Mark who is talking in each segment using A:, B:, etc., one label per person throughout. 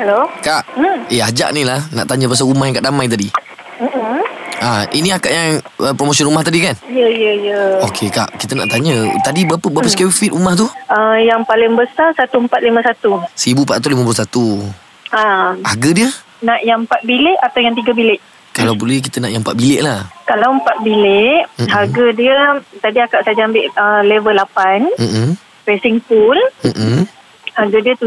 A: Hello?
B: Kak
A: Hmm.
B: Eh ajak ni lah Nak tanya pasal rumah yang kat Damai tadi
A: Mm-mm.
B: Ah, Ini akak yang uh, Promosi rumah tadi kan
A: hmm. Ya, ya, ya.
B: Okey kak Kita nak tanya Tadi berapa Berapa square feet rumah tu
A: Uh, yang paling besar 1451.
B: 1451
A: Ha,
B: Harga dia
A: nak yang 4 bilik atau yang 3 bilik?
B: Kalau boleh kita nak yang 4 bilik lah
A: Kalau 4 bilik,
B: Mm-mm.
A: mm harga dia tadi akak saja ambil uh, level 8,
B: Mm-mm.
A: facing pool,
B: Mm-mm.
A: harga dia tu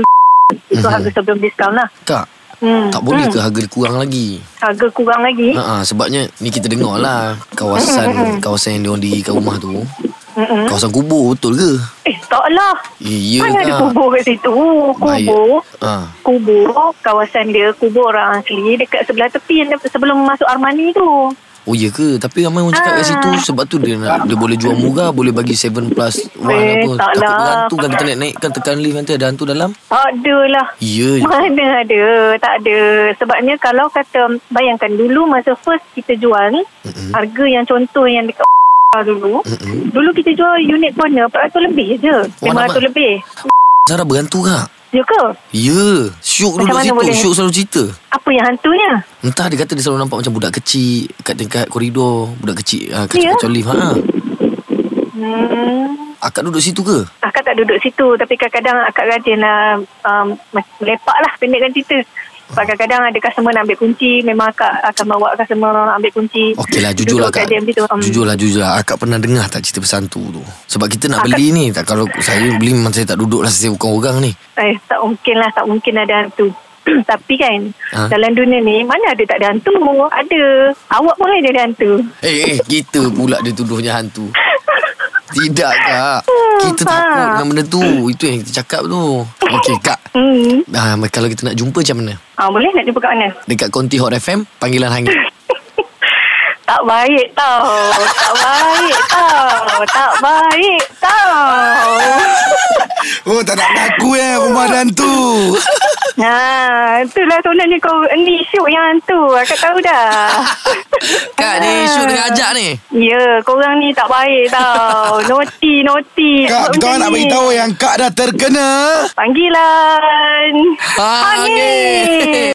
A: itu
B: Mhm.
A: harga sebelum diskaun lah.
B: Kak
A: Hmm.
B: Tak boleh
A: Hmm.
B: ke harga dia kurang lagi
A: Harga kurang lagi?
B: Ha, sebabnya ni kita dengar lah kawasan kawasan yang diorang dirikan rumah tu.
A: Mm-mm.
B: Kawasan kubur betul ke?
A: Hmm, Eh, taklah.
B: Eh, ya
A: Mana ada
B: kak.
A: kubur kat situ? Kubur.
B: Ha.
A: Kubur, kawasan dia, kubur orang asli dekat sebelah tepi yang de- sebelum masuk Armani tu.
B: Oh ya ke? Tapi ramai orang cakap kat
A: Ah.
B: situ sebab tu dia nak dia boleh jual murah, boleh bagi 7 plus 1
A: Eh,
B: apa.
A: tak
B: Takut
A: lah.
B: berhantu kan kita naik naikkan tekan lift nanti ada hantu dalam.
A: Adalah.
B: Ya. je.
A: Mana ada, tak ada. Sebabnya kalau kata, bayangkan dulu masa first kita jual,
B: Mm-mm.
A: harga yang contoh yang dekat dulu,
B: Mm-mm.
A: dulu kita jual unit corner 400 lebih je.
B: Wah, nama-
A: 500 lebih.
B: Sarah berhantu kak.
A: Ya ke?
B: Ya, syuk duduk
A: Macam mana
B: situ.
A: boleh?
B: Syuk selalu cerita.
A: Apa yang hantunya?
B: Entah dia kata dia selalu nampak macam budak kecil kat dekat koridor, budak kecil ah
A: Ya?
B: kacau-kacau lift. Ha.
A: Hmm.
B: Akak duduk situ ke?
A: Akak tak duduk situ tapi kadang-kadang akak rajin lah um, lepak lah pendekkan cerita. Sebab
B: Ah.
A: kadang-kadang ada customer nak ambil kunci memang akak akan bawa customer ambil kunci.
B: Okey lah jujur lah
A: Duduk kat
B: kak
A: dia macam tu. Um,
B: Jujur lah jujur lah Akak pernah dengar tak cerita pesantu tu Sebab kita nak
A: Akak-
B: beli ni tak Kalau saya beli memang saya tak duduk lah Saya bukan orang ni
A: Eh, tak mungkin lah, tak mungkin ada hantu. Tapi kan,
B: Ha?
A: dalam dunia ni, mana ada tak ada hantu? Ada. Awak pun kan ada hantu.
B: Eh eh kita pula dia tuduhnya hantu Tidak kak
A: Hmm,
B: Kita
A: ha.
B: takut dengan benda tu Itu yang kita cakap tu Okey kak
A: Hmm.
B: ah, Kalau kita nak jumpa macam mana
A: Ha, boleh nak jumpa kat mana?
B: Dekat Konti Hot FM Panggilan Hangat
A: Tak baik tau. tak baik tau. Tak baik tau.
C: Oh tak nak aku eh rumah dan tu.
A: Ha, itulah sebenarnya kau ni syuk yang hantu. Aku tahu dah.
B: Kak ni isu dengan ajak ni
A: Ya, korang ni tak baik tau. Naughty, naughty.
C: Kak kita orang nak beritahu yang kak dah terkena.
A: Panggilan.
B: Hangit.
A: Hangit.